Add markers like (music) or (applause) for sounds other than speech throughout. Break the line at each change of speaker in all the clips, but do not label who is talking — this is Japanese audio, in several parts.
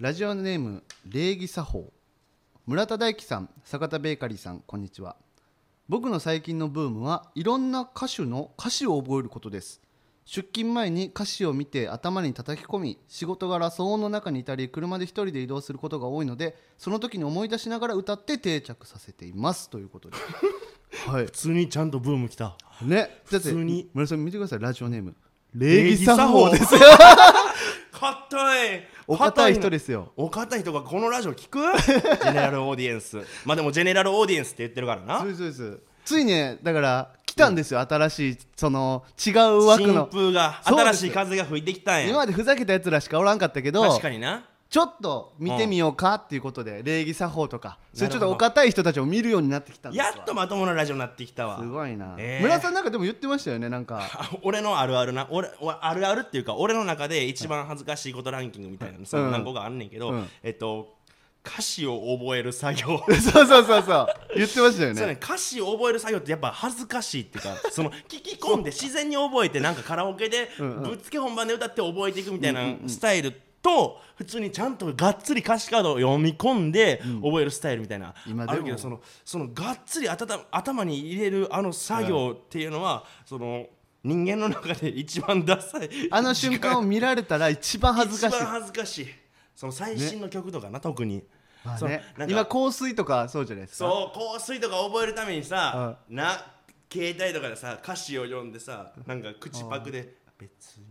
ラジオネーム礼儀作法村田大樹さん坂田ベーカリーさんこんにちは僕の最近のブームはいろんな歌手の歌詞を覚えることです出勤前に歌詞を見て頭に叩き込み仕事柄騒音の中にいたり車で一人で移動することが多いのでその時に思い出しながら歌って定着させていますという
(laughs)
ことではい
普通にちゃんとブーム来た
ねだって
普通に
村田さん見てくださいラジオネーム
礼儀作法ですよ硬い
お堅い人ですよ
お堅い人がこのラジオ聞くジェネラルオーディエンスまあでもジェネラルオーディエンスって言ってるからな
そうですそうですついねだから来たんですよ、新しいその違う枠
新
の
風が
そうで
新
す
しい風が吹いてきたん
今
や
までふざけたやつらしかおらんかったけど
確かにな
ちょっと見てみようかっていうことで、礼儀作法とかそれちょっ
なる
と
ほど
お堅い人たちを見るようになってきたんですわ
やっとまともなラジオになってきたわ
すごいな、
えー
村田さんなんかでも言ってましたよねなんか
あ俺のあるあるな俺おあるあるっていうか俺の中で一番恥ずかしいことランキングみたいなのその何個かあんねんけど、
うん
えっと歌詞を覚える作業
そうそうそうそう言ってましたよ
そうね
ね
歌詞を覚える作業ってやっぱ恥ずかしいっていう
(laughs)
かその聞き込んで自然に覚えてなんかカラオケで
んうん
ぶっつけ本番で歌って覚えていくみたいなスタイルと普通にちゃんとがっつり歌詞カードを読み込んで覚えるスタイルみたいな、
今でも
あるけどそのそのがっつり頭頭に入れるあの作業っていうのは、その人間の中で一番ダサい
あの瞬間を見られたら一番恥ずかしい
一、番恥ずかしいその最新の曲とかな、特に。
まあ
そう
ね
なんか
今香水とかそうじゃないですか
そう香水とか覚えるためにさ、な携帯とかでさ歌詞を読んでさなんか口パクで「別に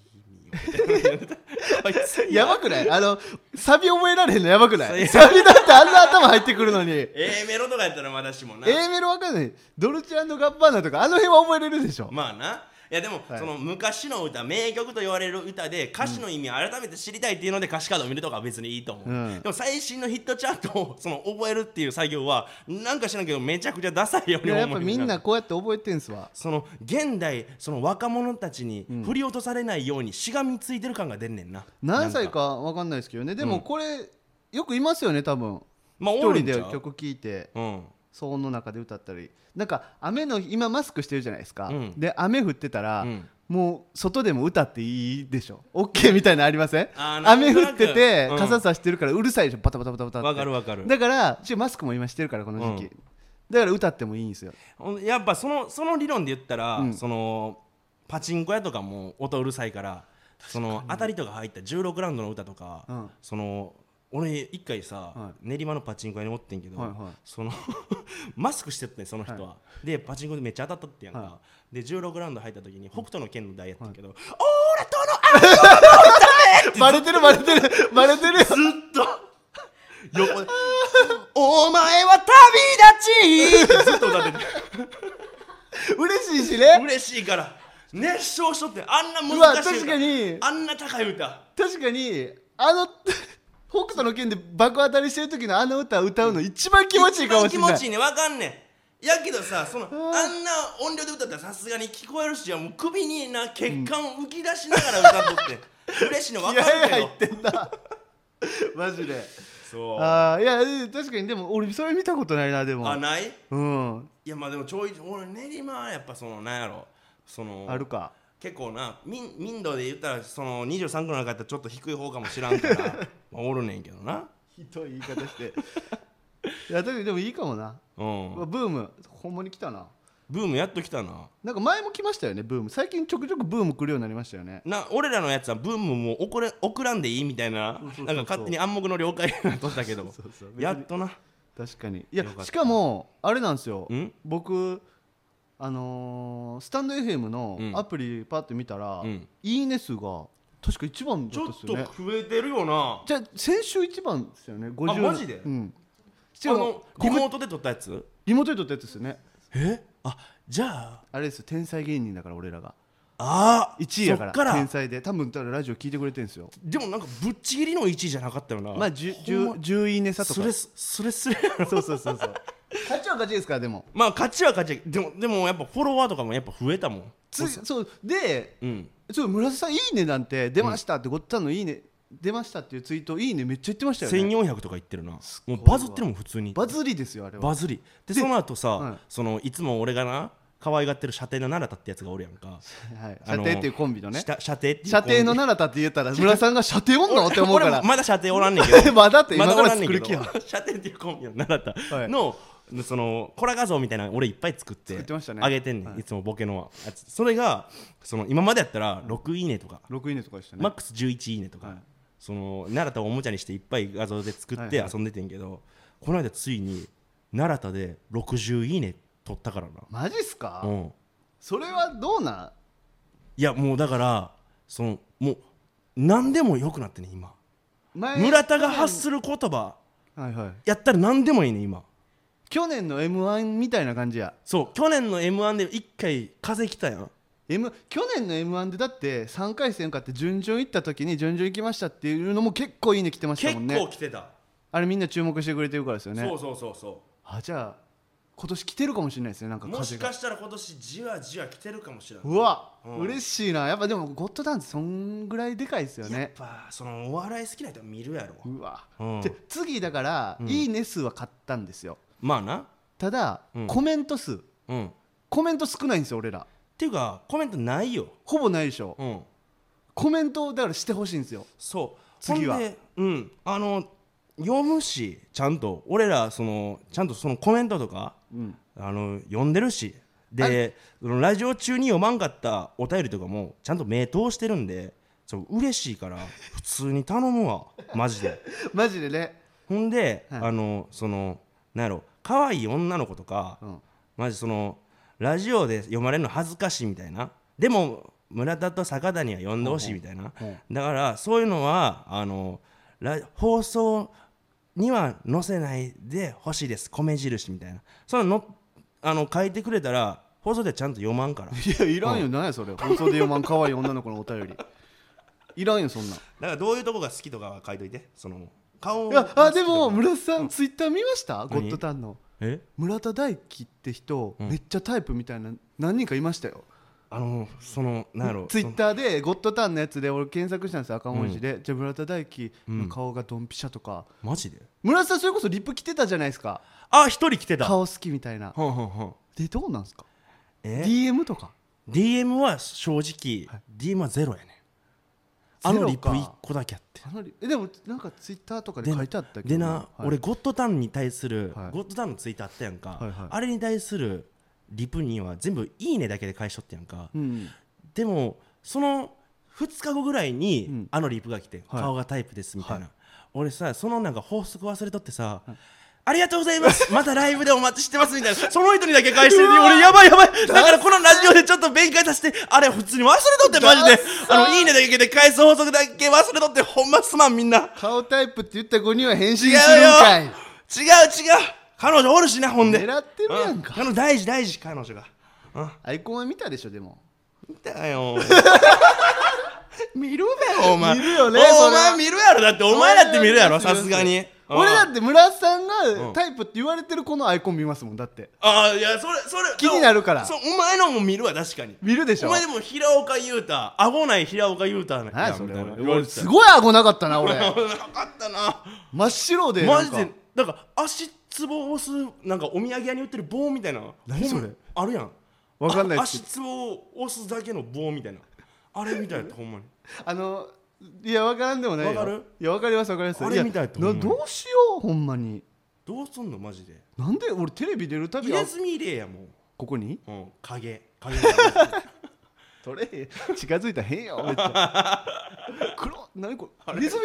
君を」
(laughs)
あいつ
やばくないあのサビ覚えられへんのやばくない
そう
サビだってあんな頭入ってくるのに
A メロとかやったらまだしもな
A メロわかんないドルチェガッバーナとかあの辺は覚えれるでしょ
まあないやでも、
はい
その昔の歌名曲と言われる歌で歌詞の意味を改めて知りたいっていうので歌詞カードを見るとかは別にいいと思う、
うん
でも最新のヒットチャートをその覚えるっていう作業はなんか知らんけどめちゃくちゃダサいよう
い
に
や
思う
やっぱみんなこうやって覚えてんすわ
その現代その若者たちに振り落とされないようにしがみついてる感が出んねんな
何歳かわかんないですけどねでもこれよくいますよね多分
まあ
一
おる
人
んち
で
ゃう
曲聴いて
うん
騒音の中で歌ったりなんか雨の日今マスクしてるじゃないですか
うん
で雨降ってたら
うん
もう外でも歌っていいでしょ OK みたいなのありません
あーなんと
雨
なく
降ってて
うん
傘さしてるからうるさいでしょバタバタバタバタって
わかるわかる
だから一応マスクも今してるからこの時期だから歌ってもいいんですよ
ほんやっぱそのその理論で言ったら、
うん
そのパチンコ屋とかも音うるさいからその当たりとか入った16ラウンドの歌とか、
うん
その俺一回さ、
は
練馬のパチンコ屋に持ってんけど、
はいはい
その (laughs) マスクしてってんその人は、でパチンコでめっちゃ当たったってやんか、
は
で16ラウンド入った時に北斗の拳の台やったんやけど、
バレてるバレてるバレてるよ
ずっと横で「お前は旅立ち!」ってずっと歌ってて
嬉しいしね
(laughs) 嬉しいから熱唱しとってあんな
うわ
難しい
確
歌
かに
あんな高い歌
確かにあの北斗の拳で爆当たりしてる時のあの歌歌うの一番気持ちいいかもしれ
一
な
番気持ちい
い
いねわかんねんやけどさそのあん
ん
な音量で歌ったらさすがに聞こえるしもう首にな血管を浮き出しながら歌っと
(laughs)
って、嬉しいのわ
気
か
合
るけ
入
ど
ってんな (laughs) マジで
そうあ
ああいやうん確かにでも俺それ見たことないなでも
ない
うん
いやまあでもちょい俺練馬はやっぱそのなんやろその
あるか
結構な民民度で言ったらその23区の中やったらちょっと低い方かもしらんから
(laughs)
まあおるねんけどな
ひどい言い方していやでもいいかもな
うん
うわブームほんまに来たな
ブームやっときたな
なんか前も来ましたよねブーム最近ちょくちょくブーム来るようになりましたよね
な俺らのやつはブームも送れ送らんでいいみたいな
そうそうそう
なんか勝手に暗黙の了解を取ったけど
(laughs) そうそう別に
やっとな
確かにいや
よかった
しかもあれなんですよ
ん
僕あのースタンド FM の
うん
アプリパッて見たら、
うん
いいね数が確か一番
ち
だっ
ょ
た
っ
っす
と
よね
増えてるよな
じゃあ先週一番ですよね50
マジで
うんし
あ
かも
のリ
リ
モ
モ
ートで撮ったやつ
リモートで撮ったやつですよね
えあじゃあ
あれですよ天才芸人だから俺らが
あ
1位やから
そっから
天才で多分だからラジオ聞いてくれてるんですよ
でもなんかぶっちぎりの1位じゃなかったよな
まあ 10,
ほんま
いいね差とか
それそれすれやろ
そうそうそう
(laughs)
そう勝ちは勝ちですからでも
まあ勝ちは勝ちやでもでもやっぱフォロワーとかもやっぱ増えたもん
つそうで
うん
そう村瀬さん「いいね」なんて出ましたってごっつぁんの「いいね」出ましたっていうツイート「いいね」めっちゃ言ってましたよね
1400とか言ってるなも
ごいう
バズってるもん普通に
バズりですよあれは
バズりでその後さ、
はい
そのいつも俺がな可愛がってる射程の奈良田ってやつがおるやんか
はい、
あ
射
の
程っていうコンビのね
した射程っていう
射程の
コンビ
奈良田って言ったら村さんが射程おんのって思うか
俺
ら
もまだ射程おらんね
(laughs)
んけど
まだって今
まだ
か
お
ら
らんねん
作
け
る
ど
気やん
射程っていうコンビの奈良
は
田
い
の、そのコラ画像みたいなの俺いっぱい作って
作ってましたね
あげてんねん、
はい
い、つもボケのやつそれがその今までやったら6いいねとか、
6いいねとかでしたね、
マックス11いいねとか、
はい
その奈良田をおもちゃにしていっぱい画像で作っ
はい
て
はい
遊んでてんけど、この間ついに奈良田で60いいね取ったからな、
マジっすか、
うん、
それはどうない
やもうだからそのもう何でもよくなってね今
ん前
村田が発する言葉
はいはい
やったら何でもいいね今
去年の m 1みたいな感じや、
そう去年の m 1で一回風来たやん
M、去年の m 1でだって3回戦勝って順々行った時に順々行きましたっていうのも結構いいね来てました
結
もん
構
ね
来てた、
あれみんな注目してくれてるからですよね
そうそうそうそ
あじゃあ今年来てるかもしれないですねなん
う
か
もし
風が
かしたら今年じわじわ来てるかもしれないう
わ、
うん
嬉しいなやっぱでもゴッドダンスそんぐらいでかいですよ
やっ
ね
ぱそのお笑い好きな人は見るやろ、
うわ、
うん
で次だから、
うん
いいね数は買ったんですよ
まあな
ただ、
うん
コメント数
うんっ
コメント少ないんですよ俺ら
ていうかコメントないよ
ほぼないでしょ、
うん
コメントをだからしてほしいんですよ
そう
次は
ほんでうんあの読むしちゃんと俺らそのちゃんとそのコメントとか
うん
あの読んでるし
あ
でそのラジオ中に読まんかったお便りとかもちゃんと目通してるんでそう嬉しいから普通に頼むわマジで
マジでね、
ほんで、
はい
あのそのなんやろ可愛い女の子とか
うん、
マジそのラジオで読まれるの恥ずかしいみたいなでも村田と坂田には読んでほしいみたいな、
うんうん
だからそういうのはあのラ放送には載せないでほしいです米印みたいなそののあの書いてくれたら放送ではちゃんと読まんから (laughs) だ
いやいらんよ、なんやそれ放送で読まん可愛い女の子のお便りいらんよそんなん
からどういうとこが好きとかは書いといてその顔
いやあでも村瀬さん、ツイッター見ましたゴッドタンの
え
村田大樹って人、
うん
めっちゃタイプみたいな何人かいましたよ
あのそのなんやろ
ツイッターでゴッドタンのやつで俺検索したんですよ赤文字で、じゃあ村田大樹の顔がドンピシャとか、
マジで
村田さんそれこそリップ着てたじゃないですか
あ一人来てた
顔好きみたいな
ほんほんほん
でどうなんですか
え
DM とか
DM は正直、DM はゼロやねんあ
ゼ
の
ロ
リプ
か
1個だけやって
あのえでもなんかツイッターとかで
でな
書いてあったけど
でな、
はい
俺ゴッドタンに対する、
はい
ゴッドタンのツイッターあったやんか、
はいはい
あれに対するリプには全部「いいね」だけで返しとってやんか、
うん
でもその2日後ぐらいに、
うん
あのリプが来て、
はい
顔がタイプですみたいな、
は
俺さそのなんか法則忘れとってさ、ありがとうござ
(laughs)
いますまたライブでお待ちしてますみたいなその人にだけ返してる
うわ
俺やばいやばいだからこのラジオでちょっと弁解させてあれ普通に忘れとってマジであのいいねだけで返す法則だけ忘れとってほんますまんみんな
顔タイプって言った子には返信す
違う
るん
よ
かい
違う違う彼女おるしなほんで
狙ってるやんか
う彼女大事大事彼女がうん
アイコンは見たでしょでも
見たよ (laughs) 見るべお前
見るよねそ
お
れは
前見るやろだってお前だって見るやろさすがに
俺だ
うん
って村瀬さん
う
が
ん
タイプって言われてる子のアイコン見ますもんだって
ああいやそれそれ
気になるから
そうお前のも見るわ確かに
見るでしょ
お前でも平岡裕太顎ない平岡裕太やん
何やそれ
みたいな
俺
言わ
俺
れてた (laughs)
すごい顎なかったな
な
俺
かったな
真っ白でな
マ
ん
ジ
か
でだから足つぼを押すなんかお土産屋に売ってる棒みたいな
何それ
ほんまあるやん
わかんない
あ
っ
足
す
つぼを押すだけの棒みたいなあれみたいなほんまに
あのいやわからんでもないよ
わかる
いやわかりますわかります
あれ
や
みたいと
な
思う
どうしようほんまに
どうすんのマジで
なんで俺テレビ出るたび
入
あ
れ墨入れやも
ここに
う、うん、影影
取れ近づいたら変よめっちゃ
(laughs)
黒何これ入れ墨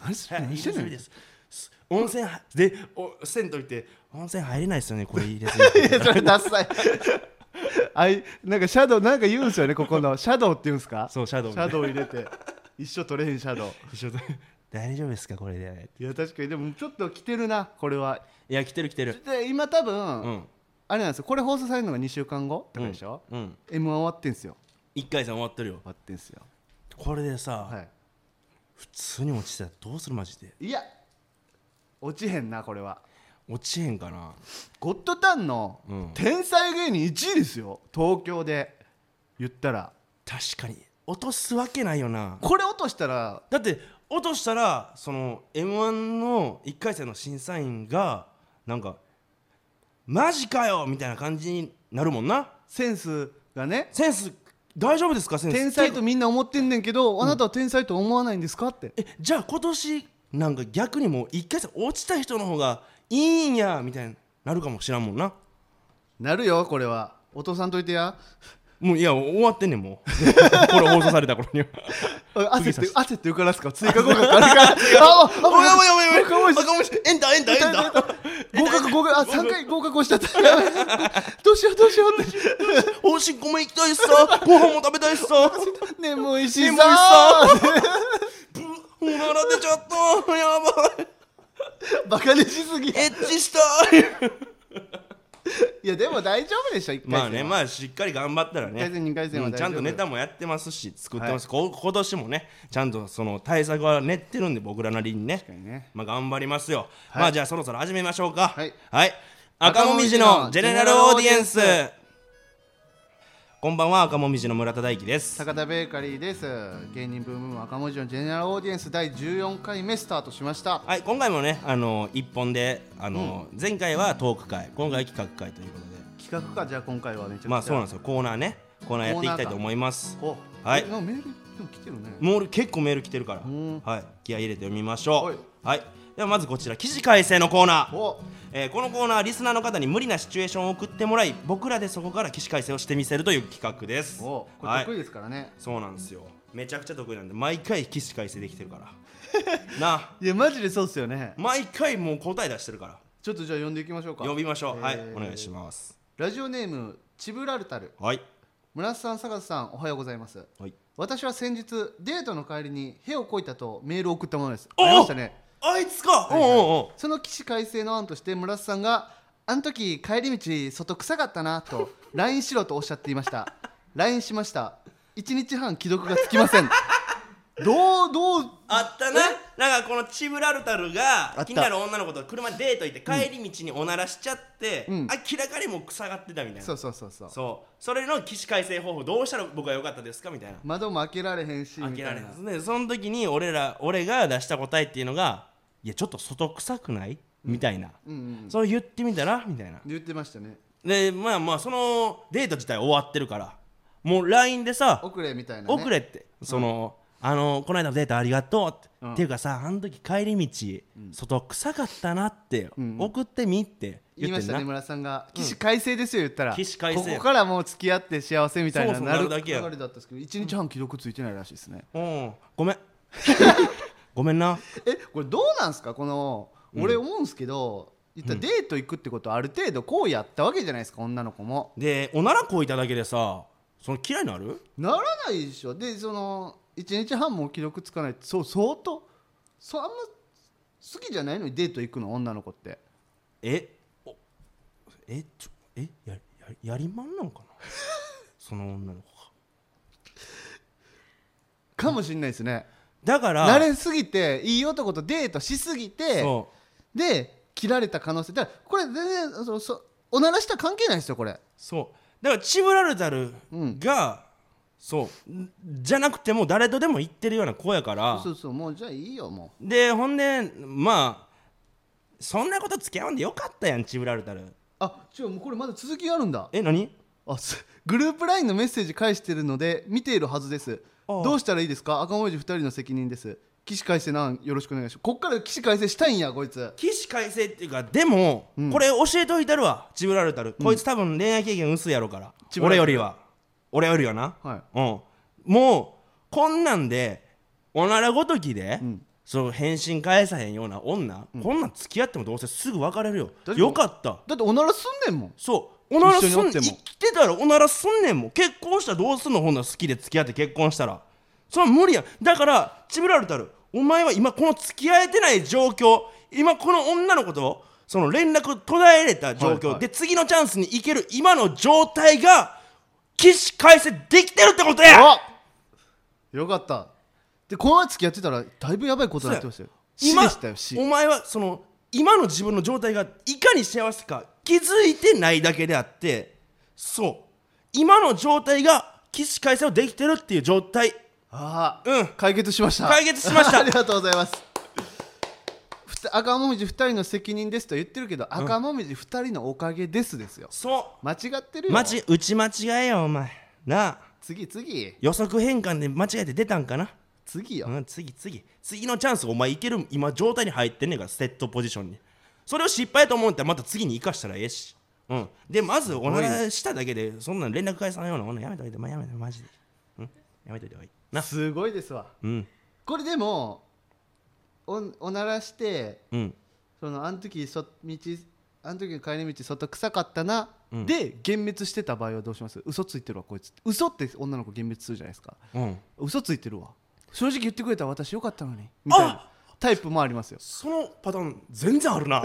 何す
はい
何
入
して
れ
んの
墨ですす温泉はでお銭湯行って温泉入れないですよねこれ入れ墨
いや (laughs) それダッサいあいなんかシャドウなんか言うんですよねここのシャドウって言うんですか
そうシャドウ
シャドウ入れて一生取れへんシャドウ
一緒だ大丈夫ですかこれで
いや確かにでもちょっと来てるなこれはい
や来てる来てる
で今多分、
うん
あれなんですよこれ放送されるのが2週間後とかでしょ、
うん
m 1終わってんすよ
一回戦終わってるよ
終わってんすよ
これでさ、
はい
普通に落ちてたらどうするマジで
いや落ちへんなこれは
落ちへんかな
ゴッドタンの
うん
天才芸人1位ですよ東京で言ったら
確かに落とすわけないよな
これ落としたら
だって落としたらその m 1の1回戦の審査員がなんか「マジかよ!」みたいな感じになるもんな
センスがね
センス大丈夫ですかセンス
天才とみんな思ってんねんけど、あなたは天才と思わないんですかって
えじゃあ今年なんか逆にもう一回戦落ちた人の方がいいんやみたいになるかもしらんもんな
なるよこれは落とさんといてや
もういや終わってんねんもう (laughs) これ放送された頃には
あ焦って焦って受からすか追加合格あれかあああ
おやおやおやおや
赤星
赤星エンターエンターエンター
合格合格あ三回合格をしちゃったどうしようどうしようっ
おしっこも行きたいっすさご飯も食べたいっすさ
て眠いし
眠いし
さ
おなら出ちゃったやばい
バカにしすぎい
エッチしたい
やでも大丈夫でしょ一回戦
まあねまあしっかり頑張ったら
一回
ね
戦二回戦
う
は
ん
大
ち
丈夫
ゃんとネタもやってますし作ってます、こ今年もねちゃんとその対策は練ってるんで僕らなりにね
確かにね
まあ頑張りますよ、まあじゃあそろそろ始めましょうか
はい
赤もみじのジェネラルオーディエンスこんばんは赤もみじの村田大樹です
坂田ベーカリーです芸人ブーム赤文字のジェネラルオーディエンス第14回目スタートしました
はい今回もねあの一本であの、前回はトーク会今回は企画会ということで
企画かじゃあ今回はめちゃくちゃ
まあそうなんですよコーナーねコーナーやっていきたいと思います
お
はい
えなんかメールでも来てるね
もう結構メール来てるから、
ん
はい、気合い入れて読みましょ。
はいう
はい、ではまずこちら、記事改正のコーナー。
お
えーこのコーナーはリスナーの方に無理なシチュエーションを送ってもらい僕らでそこから起死回生をしてみせるという企画です
おこ
は
れ
い
得意ですからね
そうなんですよめちゃくちゃ得意なんで毎回起死回生できてるから
(laughs)
なあ
いやマジでそうっすよね
毎回もう答え出してるから
ちょっとじゃあ呼んでいきましょうか
呼びましょう、は
え
い
ー
お願いします
ラジオネームチブラルタル
はい
村瀬さん坂田さんおはようございます
はい
私は先日デートの帰りに「へをこいた」とメールを送ったものです
お
ありましたね
あいつか、
いはい
おうおうおう
その起死回生の案として村瀬さんが「あの時帰り道外臭かったな」
(laughs)
と LINE しろとおっしゃっていました LINE しました1日半既読がつきませんどうどう
あったななんかこのチブラルタル
あ
が
った
気になる女の子と車デート行って帰り道におならしちゃって、
うん
明らかにもう臭がってたみたいな
そうそうそうそう
そうそれの起死回生方法どうしたら僕は良かったですかみたいな
窓も開けられへんし
開
み
け
た
られ
い
な
ない
ですねその時に俺ら俺が出した答えっていうのが「いやちょっと外臭くない?」みたいな、
うんうん
それ言ってみたらみたいな
言ってましたね
でまあまあそのデート自体終わってるからもう LINE でさ
遅れみたいな、
「
ね、
遅れ」ってその、あのこの間のデートありがとう」って、
うん
っていうかさあの時帰り道、外臭かったなって、
うん
送ってみって
言い
言っ
ま
て
し
ん
た
な
ね村さんが起死回生ですよ言ったら
起死回生
ここからもう付き合って幸せみたいな
そうそう
なる
なるだけや
流れだったんですけど1日半既読ついてないらしいですね
うんご
(laughs)
めんごめんな
えこれどうなんすかこの俺思うんすけど、言ったらデート行くってことはある程度こうやったわけじゃないですか女の子も
でおならこいただけでさその嫌いになる
ならないでしょでその1日半も既読つかないってそう相当そうあんま好きじゃないのにデート行くの女の子って
えおえちょえやややりまんなん (laughs) かなその女の子が
かもしんないですね
だから
慣れすぎていい男とデートしすぎて
そう
で切られた可能性だからこれ全然そそおならしたら関係ないですよこれ
そうだからチブラルタル
うん
が、そううんじゃなくてもう誰とでも言ってるような子やから
そうそうもうじゃあいいよも
でほんでまあそんなこと付き合わんでよかったやんチブラルタル
うあ違うもうこれまだ続きがあるんだ
え何
あすグループ LINE のメッセージ返してるので見ているはずです
ああ
どうしたらいいですか赤文字2人の責任です起死回生なんよろしくお願いしますこっから起死回生したいんやこいつ
起死回生っていうかでも、
うん
これ教えといたるわチブラルタル、こいつ多分恋愛経験薄いやろから
チブラルタ
俺よ
ル
りは俺よりはな、
は
うんもうこんなんでおならごときで、
うん
その返信返さへんような女、こんなん付き合ってもどうせすぐ別れるよ
確かに
よかった
だっておならすんねんもん
そうおならすん
一緒におって
生
も
きてたらおならすんねんもん結婚したらどうすんのほんなら好きで付き合って結婚したらそれは無理やんだからチブラルタルお前は今この付き合えてない状況今この女の子とその連絡途絶えれた状況、
はいはい
で次のチャンスに行ける今の状態が起死回生できてるってことや
およかったでこの前付き合ってたらだいぶやばいことになってましたよ死
今
でしたよ死
お前はその今の自分の状態がいかに幸せか気づいてないだけであってそう今の状態が起死回生をできてるっていう状態
ああ
うん
解決しました (laughs)
解決しました
ありがとうございます赤もみじ2人の責任ですとは言ってるけど、赤もみじ2人のおかげですですよ
そ
間違ってる
う
よ
間ち打ち間違えよお前なあ
次次
予測変換で間違えて出たんかな
次よ、
うん、次次次のチャンスお前いける今状態に入ってんねんからセットポジションにそれを失敗と思うんだったらまた次に生かしたらええしうんでまずおならしただけでそんなん連絡返さないようなものやめといて、まあ、やめといてマジで、うん、やめといてはいいな
すごいですわ
うん
これでもおおならして
うん
そのあの時そ道あの時の帰り道外臭かったな、で幻滅してた場合はどうします嘘ついてるわこいつ嘘って女の子幻滅するじゃないですか
うん
嘘ついてるわ正直言ってくれたら私よかったのにみたいなタイプもありますよ
そのパターン全然あ
(laughs)
るな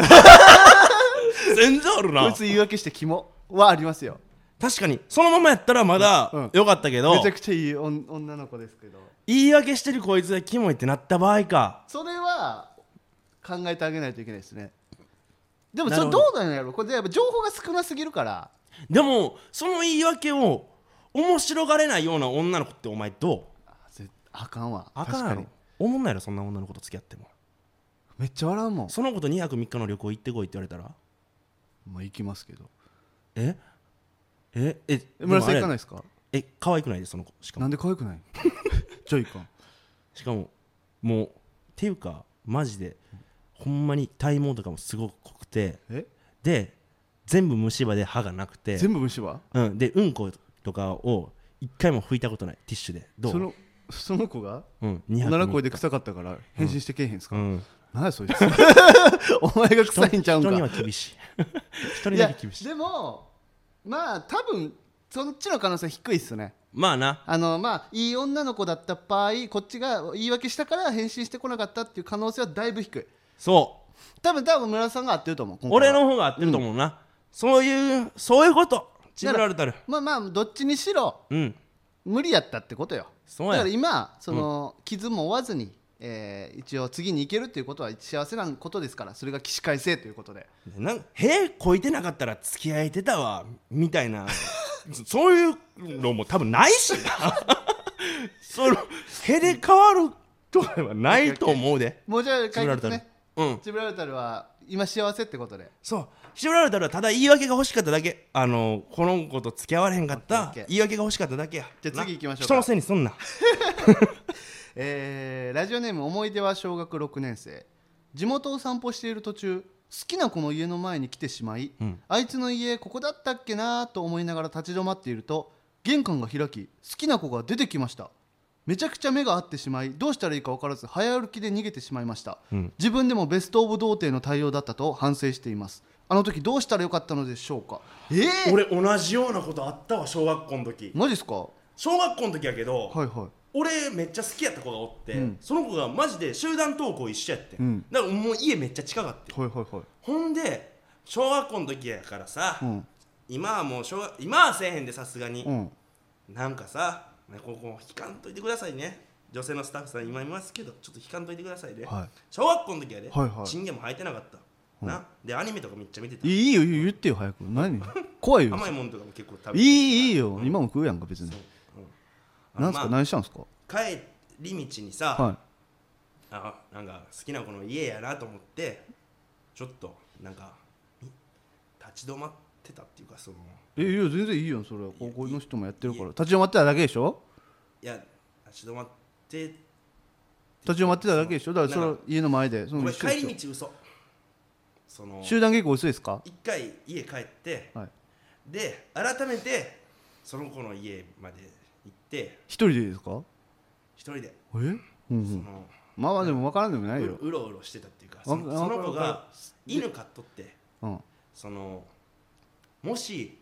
全然ある
こ
ない
つ言い訳して肝はありますよ
確かにそのままやったらま
うんう
だ
ん
よかったけど、
めちゃくちゃいいおん女の子ですけど
言い訳してるこいつがキモいってなった場合か
それは考えてあげないといけないですねでも
な
そ
る
れ
ほ
ど
ど
うなんやろこれやっぱ情報が少なすぎるから
でもその言い訳を面白がれないような女の子ってお前どう
あぜあかんわ
あかん
確
や
か
ろ
に
思んないやろそんな女の子と付き合っても
めっちゃ笑うもん
その子と2泊3日の旅行行ってこいって言われたら
まあ行きますけど
えええ
え村瀬行
で
か
もあ
ない
れ
ですか
え可愛くないでその子しか
な
も
んで可愛くない
(laughs)
じゃあ行かん
しかももうっていうかマジでほんまに体毛とかもすごく濃くて
え
で全部虫歯で歯がなくて
全部虫歯
うん、でうんことかを一回も拭いたことないティッシュでどう
そのその子が
うん、2
お
泊
なら
3日
声で臭かったから返信してけえへんすか、
うん
なんやそいつ (laughs) お前が臭いんちゃうんか
人には厳しい (laughs) 人に
い
だ
や
け厳しい
でもまあ多分そっちの可能性低いっすね
まあな
あのまあいい女の子だった場合こっちが言い訳したから返信してこなかったっていう可能性はだいぶ低い
そう
多分多分村田さんが合ってると思う今回
俺
は
の方が合ってると思うな、そういうそういうことチブラルタル
まあまあどっちにしろ
うん
無理やったってことよ
そうや
だから今その、傷も負わずに、えー一応次に行けるっていうことは幸せなことですからそれが起死回生ということで
なんへえこいてなかったら付き合えてたわみたいな (laughs) そそういうのも多分ない (laughs) しなそのへで変わるとかはないと思うで
もうじゃあ
チブ
解
ラルタ
決
ル
ね
うん
チブラルタルは今幸せってことで
そうチブラルタルはただ言い訳が欲しかっただけあのこの子と付き合われへんかっ
オッ
た
ケーオッケー
言い訳が欲しかっただけや
じゃあ次行きましょうか
な人のせいにすんな
えーラジオネーム思い出は小学6年生地元を散歩している途中好きな子の家の前に来てしまい、
うん
あいつの家ここだったっけなと思いながら立ち止まっていると玄関が開き好きな子が出てきましためちゃくちゃ目が合ってしまいどうしたらいいか分からず早歩きで逃げてしまいました、
うん
自分でもベスト・オブ童貞の対応だったと反省していますあの時どうしたらよかったのでしょうかえー、
(laughs) 俺同じようなことあったわ小学校の時
マジっすかは
小学校の時やけど、
いはい
俺めっちゃ好きやった子がおって、
うん
その子がマジで集団登校一緒やって、
うん
だからもう家めっちゃ近かって
はいはいはい
ほんで小学校の時やからさ、
うん
今はもう小学今はせえへんでさすがに、
うん
なんかさねここ引かんといてくださいね女性のスタッフさん今いますけどちょっと引かんといてくださいね、
は
小学校の時はね、
はいはい
チンゲも生えてなかった、なでアニメとかめっちゃ見てた
いいいよいいよ言ってよ早く
(laughs)
何怖いよ
甘いもんとかも結構食べ
い
て
いいいよ今も食うやんか別に
うん
なんすか
まあ
何したんすか
帰り道にさ、
は
あなんか好きな子の家やなと思ってちょっとなんかみ立ち止まってたっていうかその
いえいいよ全然いいよそれは高校の人もやってるから立ち止まってただけでしょ
いや立ち止まって
立ち止まってただけでしょだからそれ
な
は
んか
家の前でそ
ご
の
めん
一緒で
帰
すよ
り道嘘その
集団下校薄いですか
一回家帰って
はい
で改めてその子の家まで行って
一人でいいですか
一人で
えうんう
そ
ん
の
まあまあでも分からんでもない
うろ
よ
うろうろしてたっていうかその
わ
そ
わか
の
る
子
わか
が犬飼っとって
うん
そのもし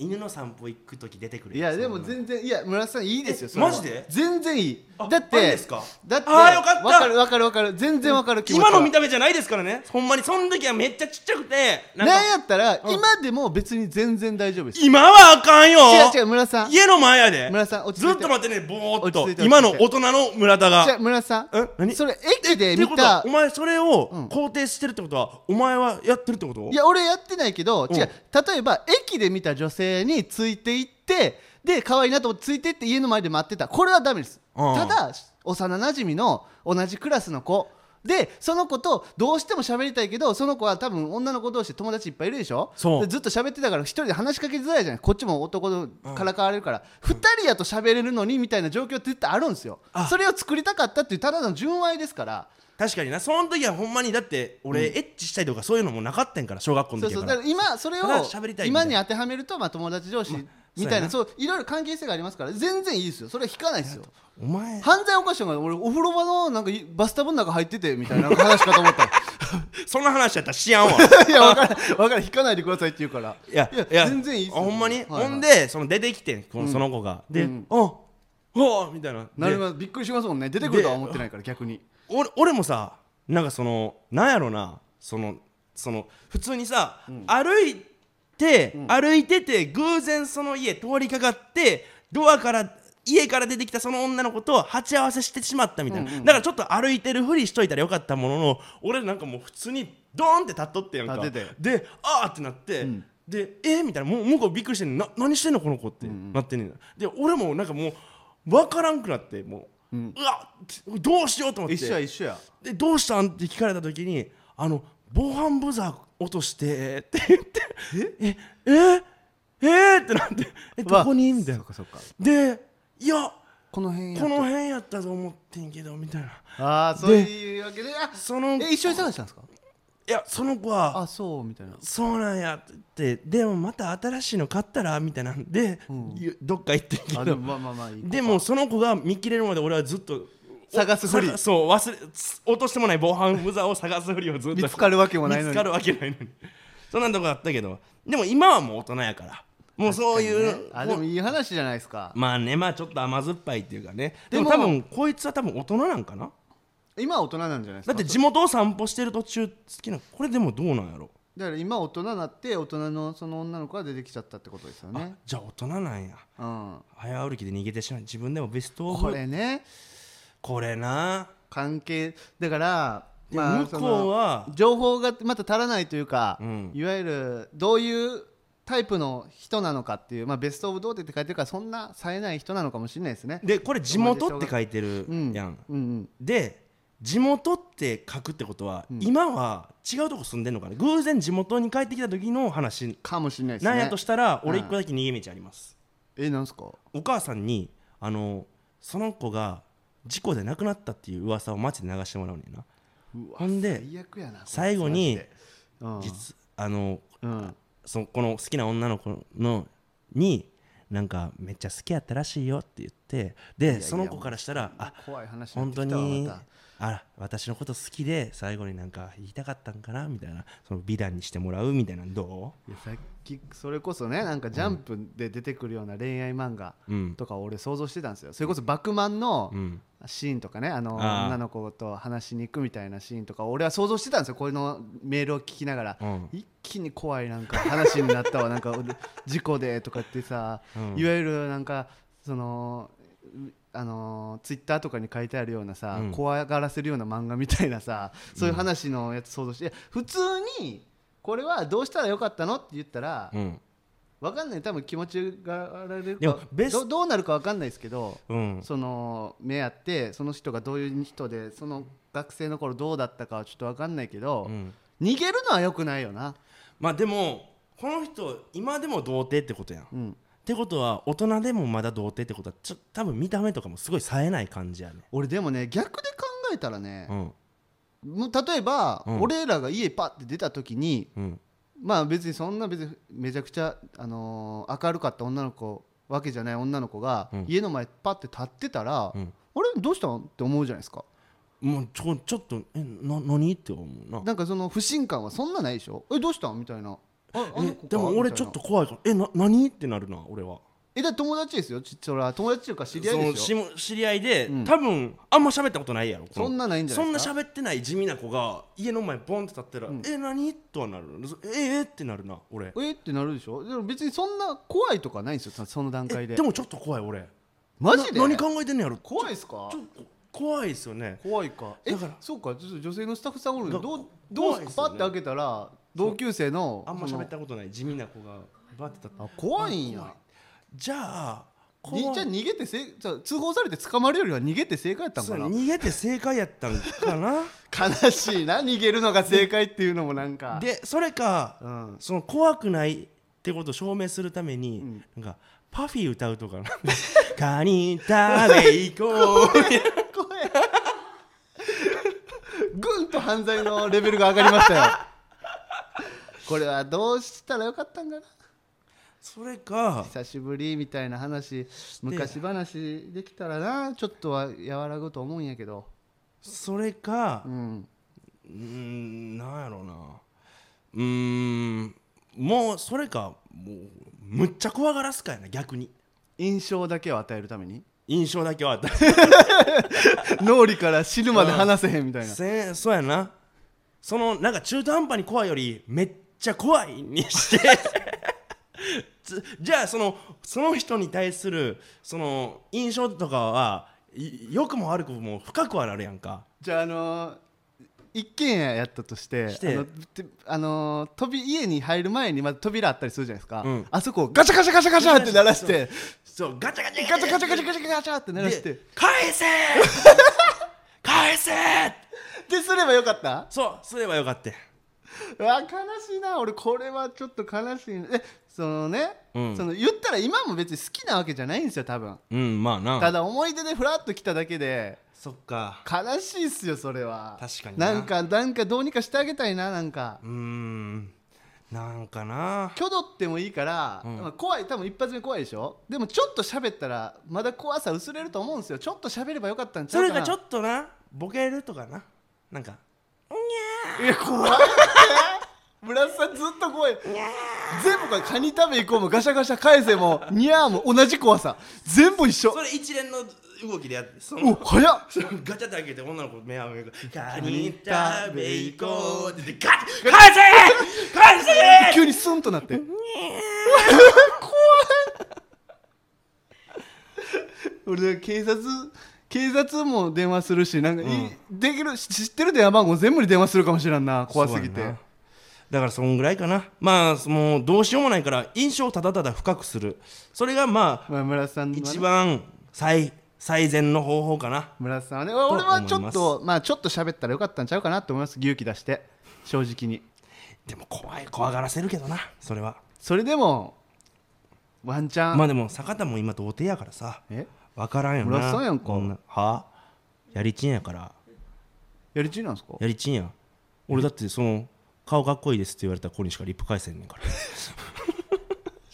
犬の散歩行く時出てくる
いや
そん
で
な
も
の
全然いや村田さんいいですよ
え
それは
マジで
全然いい
あ
だっ
あれ
て
ですか
だって
あーよかった
分かる分かる分かる全然分かる気持ちは
今の見た目じゃないですからねほんまにその時はめっちゃちっちゃくて
な
なんんか
やったら今でも別に全然大丈夫です
今はあかんよ
違う違う村田さん
家の前やで
村田さん落ち着
ず
い
ってと待ってねぼーっ
落
と
ち着いて
今の大人の村田
じゃ
が
あ村田さん
え何
それ駅で
って
見
ことは
た
お前それを
うん
肯定してるってことはお前はやってるってこと
いや俺やってないけど、
うん
違う例えば駅で見た女性についていってで可愛いなと思ってついていって家の前で待ってたこれはダメです、
うん
ただ幼なじみの同じクラスの子でその子とどうしても喋りたいけどその子は多分女の子同士で友達いっぱいいるでしょ
そ
で
う
ずっと喋ってたから一人で話しかけづらいじゃないこっちも男のからかわれるから、二人やと喋れるのにみたいな状況って絶対あるんですよ
あ
それを作りたかったっていうただの純愛ですから
確かになその時はほんまにだって俺、エッチしたいとかそういうのもなかったんから小学
そ
校の
う
時
そ
や
うだ
から
から今それを
ただ喋りたいみた
今
いな
に当てはめると、まあ、友達同士み
そう
たい
や
な
な
そう,、いろいろ関係性がありますから全然いいですよそれは引かないですよ
お前
犯罪犯したのが俺お風呂場のなんかいバスタブの中入っててみたいな話かと (laughs) 思ったら
そんな話やったら知らんわ
(laughs) いや分からん分からん引かないでくださいって言うから
いや
全然いいです
あ
よ
ほんまに、
はいはい
ほんでその出てきてんこのその子が、で、
うん
ああみたいな
な
で
りますびっくりしますもんね出てくるとは思ってないから逆に
俺俺もさなんかそのなんやろなそのその普通にさ、歩いて、歩いてて偶然その家通りかかってドアから家から出てきたその女の子と鉢合わせしてしまったみたいな、だからちょっと歩いてるふりしといたらよかったものの俺なんかもう普通にドーンって立っとってやんか
立ってて
であーってなって、でえー、みたいなもう向こうびっくりしてんのな何してんのこの子って、なってんねんで俺もなんかもう分からんくなってもう、うわっどうしようと思って
一緒や一緒や
でどうしたんって聞かれた時にあの防犯ブザー落としてって言ってええええってなってえどこにみたいな
そっかそっか
でいや
この辺や
この辺やったと思ってんけどみたいな
ああそういうわけであ
その
え一緒に探したんですか
いやその子は
あそうみたいな
そうなんやってでもまた新しいの買ったらみたいなんで、ゆどっか行ってんけ
あで
ど
もまあまあまあいい
でもその子が見切れるまで俺はずっと
探すふり
さそう忘れつ落としてもない防犯ブザーを探すふりをずっと
見つかるわけもないの
見
に
つかるわけないのにそんなとこあったけどでも今はもう大人やからもうそういう、
あでも
もう
いい話じゃないですか
まあねまあちょっと甘酸っぱいっていうかねで
でも
も多分こいつは多分大人なんかな
今は大人なんじゃないです
だ
か
って地元を散歩してる途中好きなこれでもどうなんやろ
だから今大人になって大人のその女の子が出てきちゃったってことですよね
じゃあ大人なんや
うん
早歩きで逃げてしまう自分でもベストオブ
これね
これな
関係だから
で向こうは
その情報がまた足らないというか、
うん
いわゆるどういうタイプの人なのかっていう、まあ、ベスト・オブ・ドーテって書いてるからそんな冴えない人なのかもしれないですね。
でこれ地元って書いてる
うん、
やん、
うんうん、
で地元って書くってことは、今は違うとこ住んでんのかな偶然地元に帰ってきた時の話
かもしれないですね。
なんやとしたら、
うん
俺一個だけ逃げ道あります
えなんすか
お母さんにあのその子が事故で亡くなったっていう噂を街で流してもらうねんな
うわ
ほんで
最悪やな
最後に、
こいつ
実あの
マジでうんうん、
そのこの好きな女の子のになんかめっちゃ好きやったらしいよって言ってで
いや
その子からしたらあ
怖い話に
本
な
当
ってきたわ
に
また
あら私のこと好きで最後になんか言いたかったんかなみたいなその美談にしてもらうみたいなのど
いやさっきそれこそねなんかジャンプで出てくるような恋愛漫画
ううん
とか俺想像してたんですよそれこそ「バクマン」の
うん
シーンとかねあの
あー
女の子と話しに行くみたいなシーンとか俺は想像してたんですよこれのメールを聞きながら、
うん
一気に怖いなんか話になったわなん
(laughs)
か俺事故でとかってさ、
うん
いわゆるなんかその。あのツイッターとかに書いてあるようなさ、
うん
怖がらせるような漫画みたいなさそういう話のやつ想像して、いや普通にこれはどうしたらよかったのって言ったら、
うん
わかんない多分気持ちがられるか
でもベス
どどうなるかわかんないですけど
うん
その目あってその人がどういう人でその学生の頃どうだったかはちょっとわかんないけど、
うん
逃げるのはよくないよな、
まあでもこの人今でも童貞ってことやん、
う
っ
ん、
てことは大人でもまだ童貞ってことはちょ多分見た目とかもすごい冴えない感じやね
俺でもね逆で考えたらね
う、ん
もう例えば、
うん
俺らが家パッて出た時に
うん
まあ別にそんな別にめちゃくちゃ、あのー明るかった女の子わけじゃない女の子が、
うん
家の前パッて立ってたら、
うん
あれどうしたんって思うじゃないですか
もうちょちょっとえな何って思うな
なんかその不信感はそんなないでしょえどうしたんみたいなああの
え
子か
でも
み
俺
たいな
ちょっと怖いからえな何ってなるな俺は
えだって友達ですよちそれは友達というか知り合
そ
い
の
です
し
よ
も知り合いで、
うん
多分あんま喋ったことないやろ
そんなないんじゃないですか
そんな喋ってない地味な子が家の前ボンって立ったら「え何?」とはなるええってなるな俺
えってなるでしょでも別にそんな怖いとかないんですよそその段階
え
で
でもちょっと怖い俺
マジで
な何考えてんのやろ
怖いですか
ちょっと怖いですよね
怖いかえ
だから
そうかちょっと女性のスタッフさんおるの
だ
どうどう
怖い
す
ですよね
パッて開けたら同級生の
あんま
その
喋ったことない地味な子がバーって立った
あ怖いんや
じゃあ怖い
にじゃあ逃げてせいじゃあ通報されて捕まるよりは逃げて正解やったん
そ
か
う
な
逃げて正解やったんかな
悲しいな逃げるのが正解っていうのもなん (laughs) か
でそれか、
うん
その怖くないってことを証明するために、なんかパフィー歌うとか (laughs) な「カニ食べ行こう」
怖いぐんと犯罪のレベルが上がりましたよこれはどうしたらよかったんかな
それか
久しぶりみたいな話昔話できたらなちょっとは和らぐと思うんやけど
それか
うん
うーんなんやろうなうーんもうそれかもうむっちゃ怖がらすかやな逆に
印象だけを与えるために
印象だけはあった
脳裏から死ぬまで話せへんみたいな
せそうやなそのなんか中途半端に怖いよりめっちゃ怖いにして (laughs) つじゃあそのその人に対するその印象とかはい良くも悪くも深くはなるやんか
じゃああのー一軒家やったとして
して
あのてあのー飛び家に入る前にまず扉あったりするじゃないですか、
うん
あそこをガチャガチャガチャガチャって鳴らして
そうガチャガチャ
ガチャガチャガチャガチャガチャって鳴らして
で返せ (laughs) 返せ
ですればよかった
そうすればよかった
うわ悲しいな俺これはちょっと悲しいなえそのね、
うん
その言ったら今も別に好きなわけじゃないんですよ多分
うんまあな
ただ思い出でフラッと来ただけで
そっか
悲しいっすよそれは
確かに
な
なん
かなんかどうにかしてあげたいななんか
うーんなんかな
挙動ってもいいから、
うん
まあ怖い多分一発目怖いでしょでもちょっと喋ったらまだ怖さ薄れると思うんですよちょっと喋ればよかったんちゃ
そうれ
か
か
な
ちょっとなボケるとかななんか
いや怖
(laughs)
い村瀬さんずっと怖い全部これカニ食べ行こうもガシャガシャ返せもニャーも同じ怖さ全部一緒
それ一連の動きでやってそ
お
の
早っ
そのガチャって開けて女の子目合う目が「カ
ニ
ニ
食
食
べ
べ
行
行
こ
こう」って言ってガチャ返せ返せ
急にスンとなって怖い (laughs) 俺警察警察も電話するしなんかい、できる知ってる電話番号全部に電話するかもしれんな怖すぎ
そうや
て
なだからそんぐらいかなまあもうどうしようもないから印象をただただ深くするそれがまあ
まあ、村瀬さんのね
一番最最善の方法かな
村瀬さんはね俺はち
と思
ょっ
います
とまあちょっと喋ったらよかったんちゃうかなと思います勇気出して正直に
でも怖い怖がらせるけどなそれは
それでもワンチャン、
まあでも坂田も今童貞やからさ
え
分からんよな
村瀬さんやんか
こなはあやりちんやから
やりちんなんですか
やりちんやん俺だってその顔かっこいいですって言われた子にしかリップ返せんね
(laughs)
んから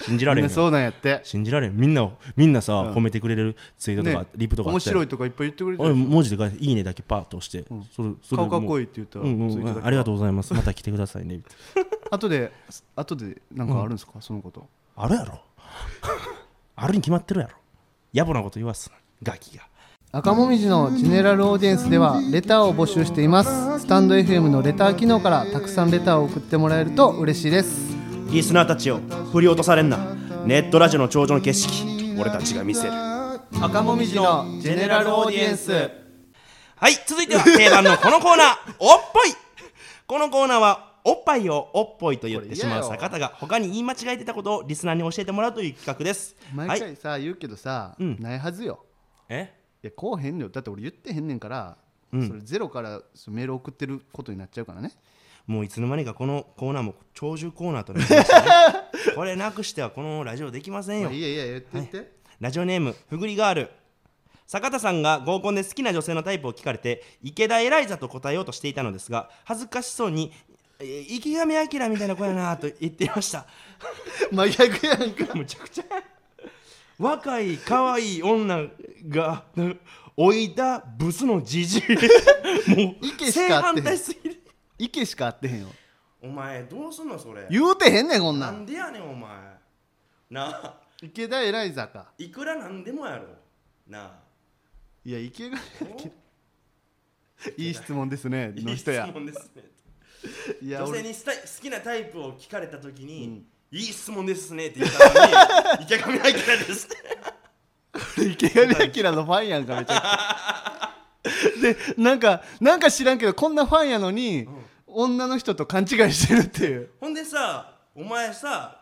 信じら
みん
れ
な
んよ
そうなんやって
信じられんみんなみんなさ、褒めてくれるツイートとか、
ね
リップとかあ
面
って
白いとかいっぱい言ってくれて
俺
る
文字で返して「いいね」だけパーッと押して、それそれ
顔かっこいい
い
って言った
う
ら
んうん
ツイートだけ
うんありがとうございますまた来てくださいねみたいな
後で後でなんかあるんですか、そのこと
あるやろあるに決まってるやろ野暮なこと言わすなガキが。
赤もみじのジェネラルオーディエンスではレターを募集していますスタンド FM のレター機能からたくさんレターを送ってもらえると嬉しいです
リスナーたちを振り落とされんなネットラジオの頂上の景色俺たちが見せるは
赤もみじのジェネラルオーディエンス
い続いては定番のこのコーナー
(laughs)
おっぽいこのコーナーはおっぱいをおっぽいと言ってしま
これ
う
嫌よ
坂田が他に言い間違えてたことをリスナーに教えてもらうという企画ですは
毎
い
回さ、言うけどさ、
うん
ないはずよ
え
いやこうへんのよだって俺言ってへんねんから、
うん
それゼロからそのメール送ってることになっちゃうからね
もういつの間にかこのコーナーも長寿コーナーとなりまし
(laughs)
たねこれなくしてはこのラジオできません
い
よ
やいやいや言って言って、
ラジオネームふぐりガール坂田さんが合コンで好きな女性のタイプを聞かれて池田エライザと答えようとしていたのですが恥ずかしそうに「えー池上彰みたいな子やな」と言っていました
真逆やんか
(laughs) むちゃくちゃ若い可愛い女がな置いたブスの
(laughs)
じじいも
池
う
し
正
か合ってへん
反対すぎる
池しか合ってへんよ
お前どうすんのそれ
言うてへんねんこんな
なんんでやねんお前なあ
池田エライザか
いくらなんでもやろなあ
(laughs) いや池が
お
いい質問ですねの人や
いい質問ですね
いや
女性
俺
にスタイ好きなタイプを聞かれたときに、いい質問ですねって言ったのに池上彰です
池上彰のファンやんかめちゃ (laughs) くちゃでなんかなんか知らんけどこんなファンやのに、女の人と勘違いしてるっていう、
ほんでさお前さ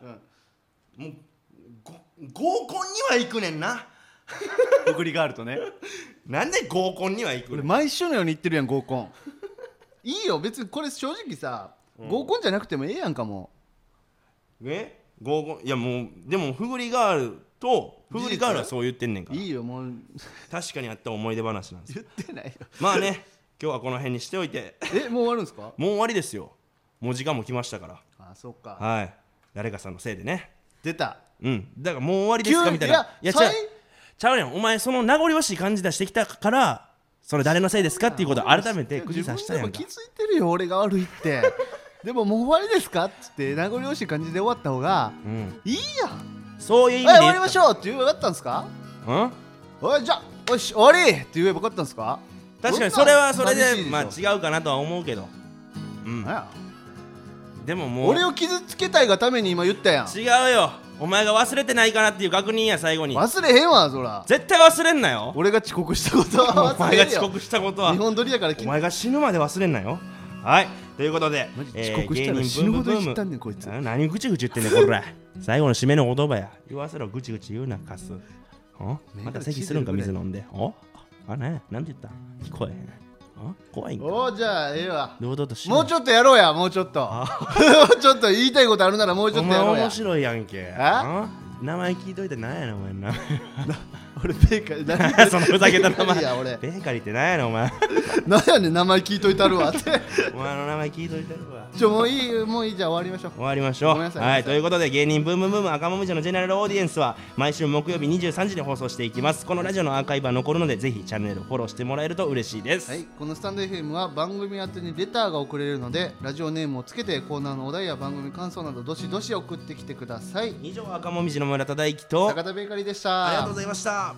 もうご合コンには行くねんな
送りがあるとね
なんで合コンには行く
俺
の
毎週のように言ってるやん合コンいいよ別にこれ正直さ、合コンじゃなくてもええやんかも
ね合コンいやもうでもフグリガールとフグリガールはそう言ってんねん
う
から
いいよもう
確かにあった思い出話なんですよ
言ってないよ
まあ
(laughs)
ね今日はこの辺にしておいて
えもう終わるんですか
もう終わりですよもう時間も来ましたから
あそっか、
はい誰かさんのせいでね
出た
うんだからもう終わりですかみたいない
や
ちゃう
最
ちゃうやんお前その名残惜しい感じ出してきたからそれ誰のせいですかっていうことを改めて口さしたやん
自分でも気
か
づいてるよ俺が悪いって (laughs) でももう終わりですかっつって名残惜しい感じで終わった方が
うん
いいやん
そういう意
え
味で
終
言
わ
っ
りましたょうって言えばよかったんですか
うん
おいじゃあよし終わりって言えばよかったんですか
確かにそれはそれ
んな
で
寂しい
まあ
しょ
違うかなとは思うけどうん
なんや
でももう
俺を傷つけたいがために今言ったやん
違うよお前が忘れてないかなっていう確認や最後に
忘れへんわそら
絶対忘れんなよ
俺が遅刻したことは
(laughs) お
忘
前
れ
が
へんよ
遅刻したこ
日
とは
本撮りやからき
お前が死ぬまで忘れんなよはいということで
マジ
えー
遅刻したら
芸人
死ぬほど
ブーム
いじ
ブーム
ったんねんこいつ
な何ぐちぐち言ってんねんこら最後の締めの言葉や言わせろぐちぐち言うなカスお
目が
また咳するんか
血出
水
るぐ
飲んでおあねなんて言った聞こえへんお怖いんか
おうじゃあええわ
堂々と
(laughs)
し
もうちょっとやろうやもうちょっともうちょっと言いたいことあるならもうちょ
お
っと
前
やろうや
面白いやんけ
あ
お名前聞いといてなんやねんお前な
俺ベーカリー何 (laughs) が
(laughs) そのふざけた名
ベーカリー
前
や俺
ベーカリーってなんやねんお前 (laughs)
何やねん名前聞いといたるわ (laughs) って
お前の名前聞いといてるわ
ちょもういいもういいじゃあ終わりましょ
終わりましょう
ごめんなさい
はいということで芸人ブームブーム赤もみじのジェネラルオーディエンスは毎週木曜日23時で放送していきますこのラジオのアーカイブは残るのでぜひチャンネルフォローしてもらえると嬉しいです、
うはいこのスタンド FM は番組宛てにレターが送れるのでラジオネームをつけてコーナーのお題や番組感想などどしどし送ってきてください
以上赤もみじの村田大樹と
坂田ベーカリーでした
ありがとうございました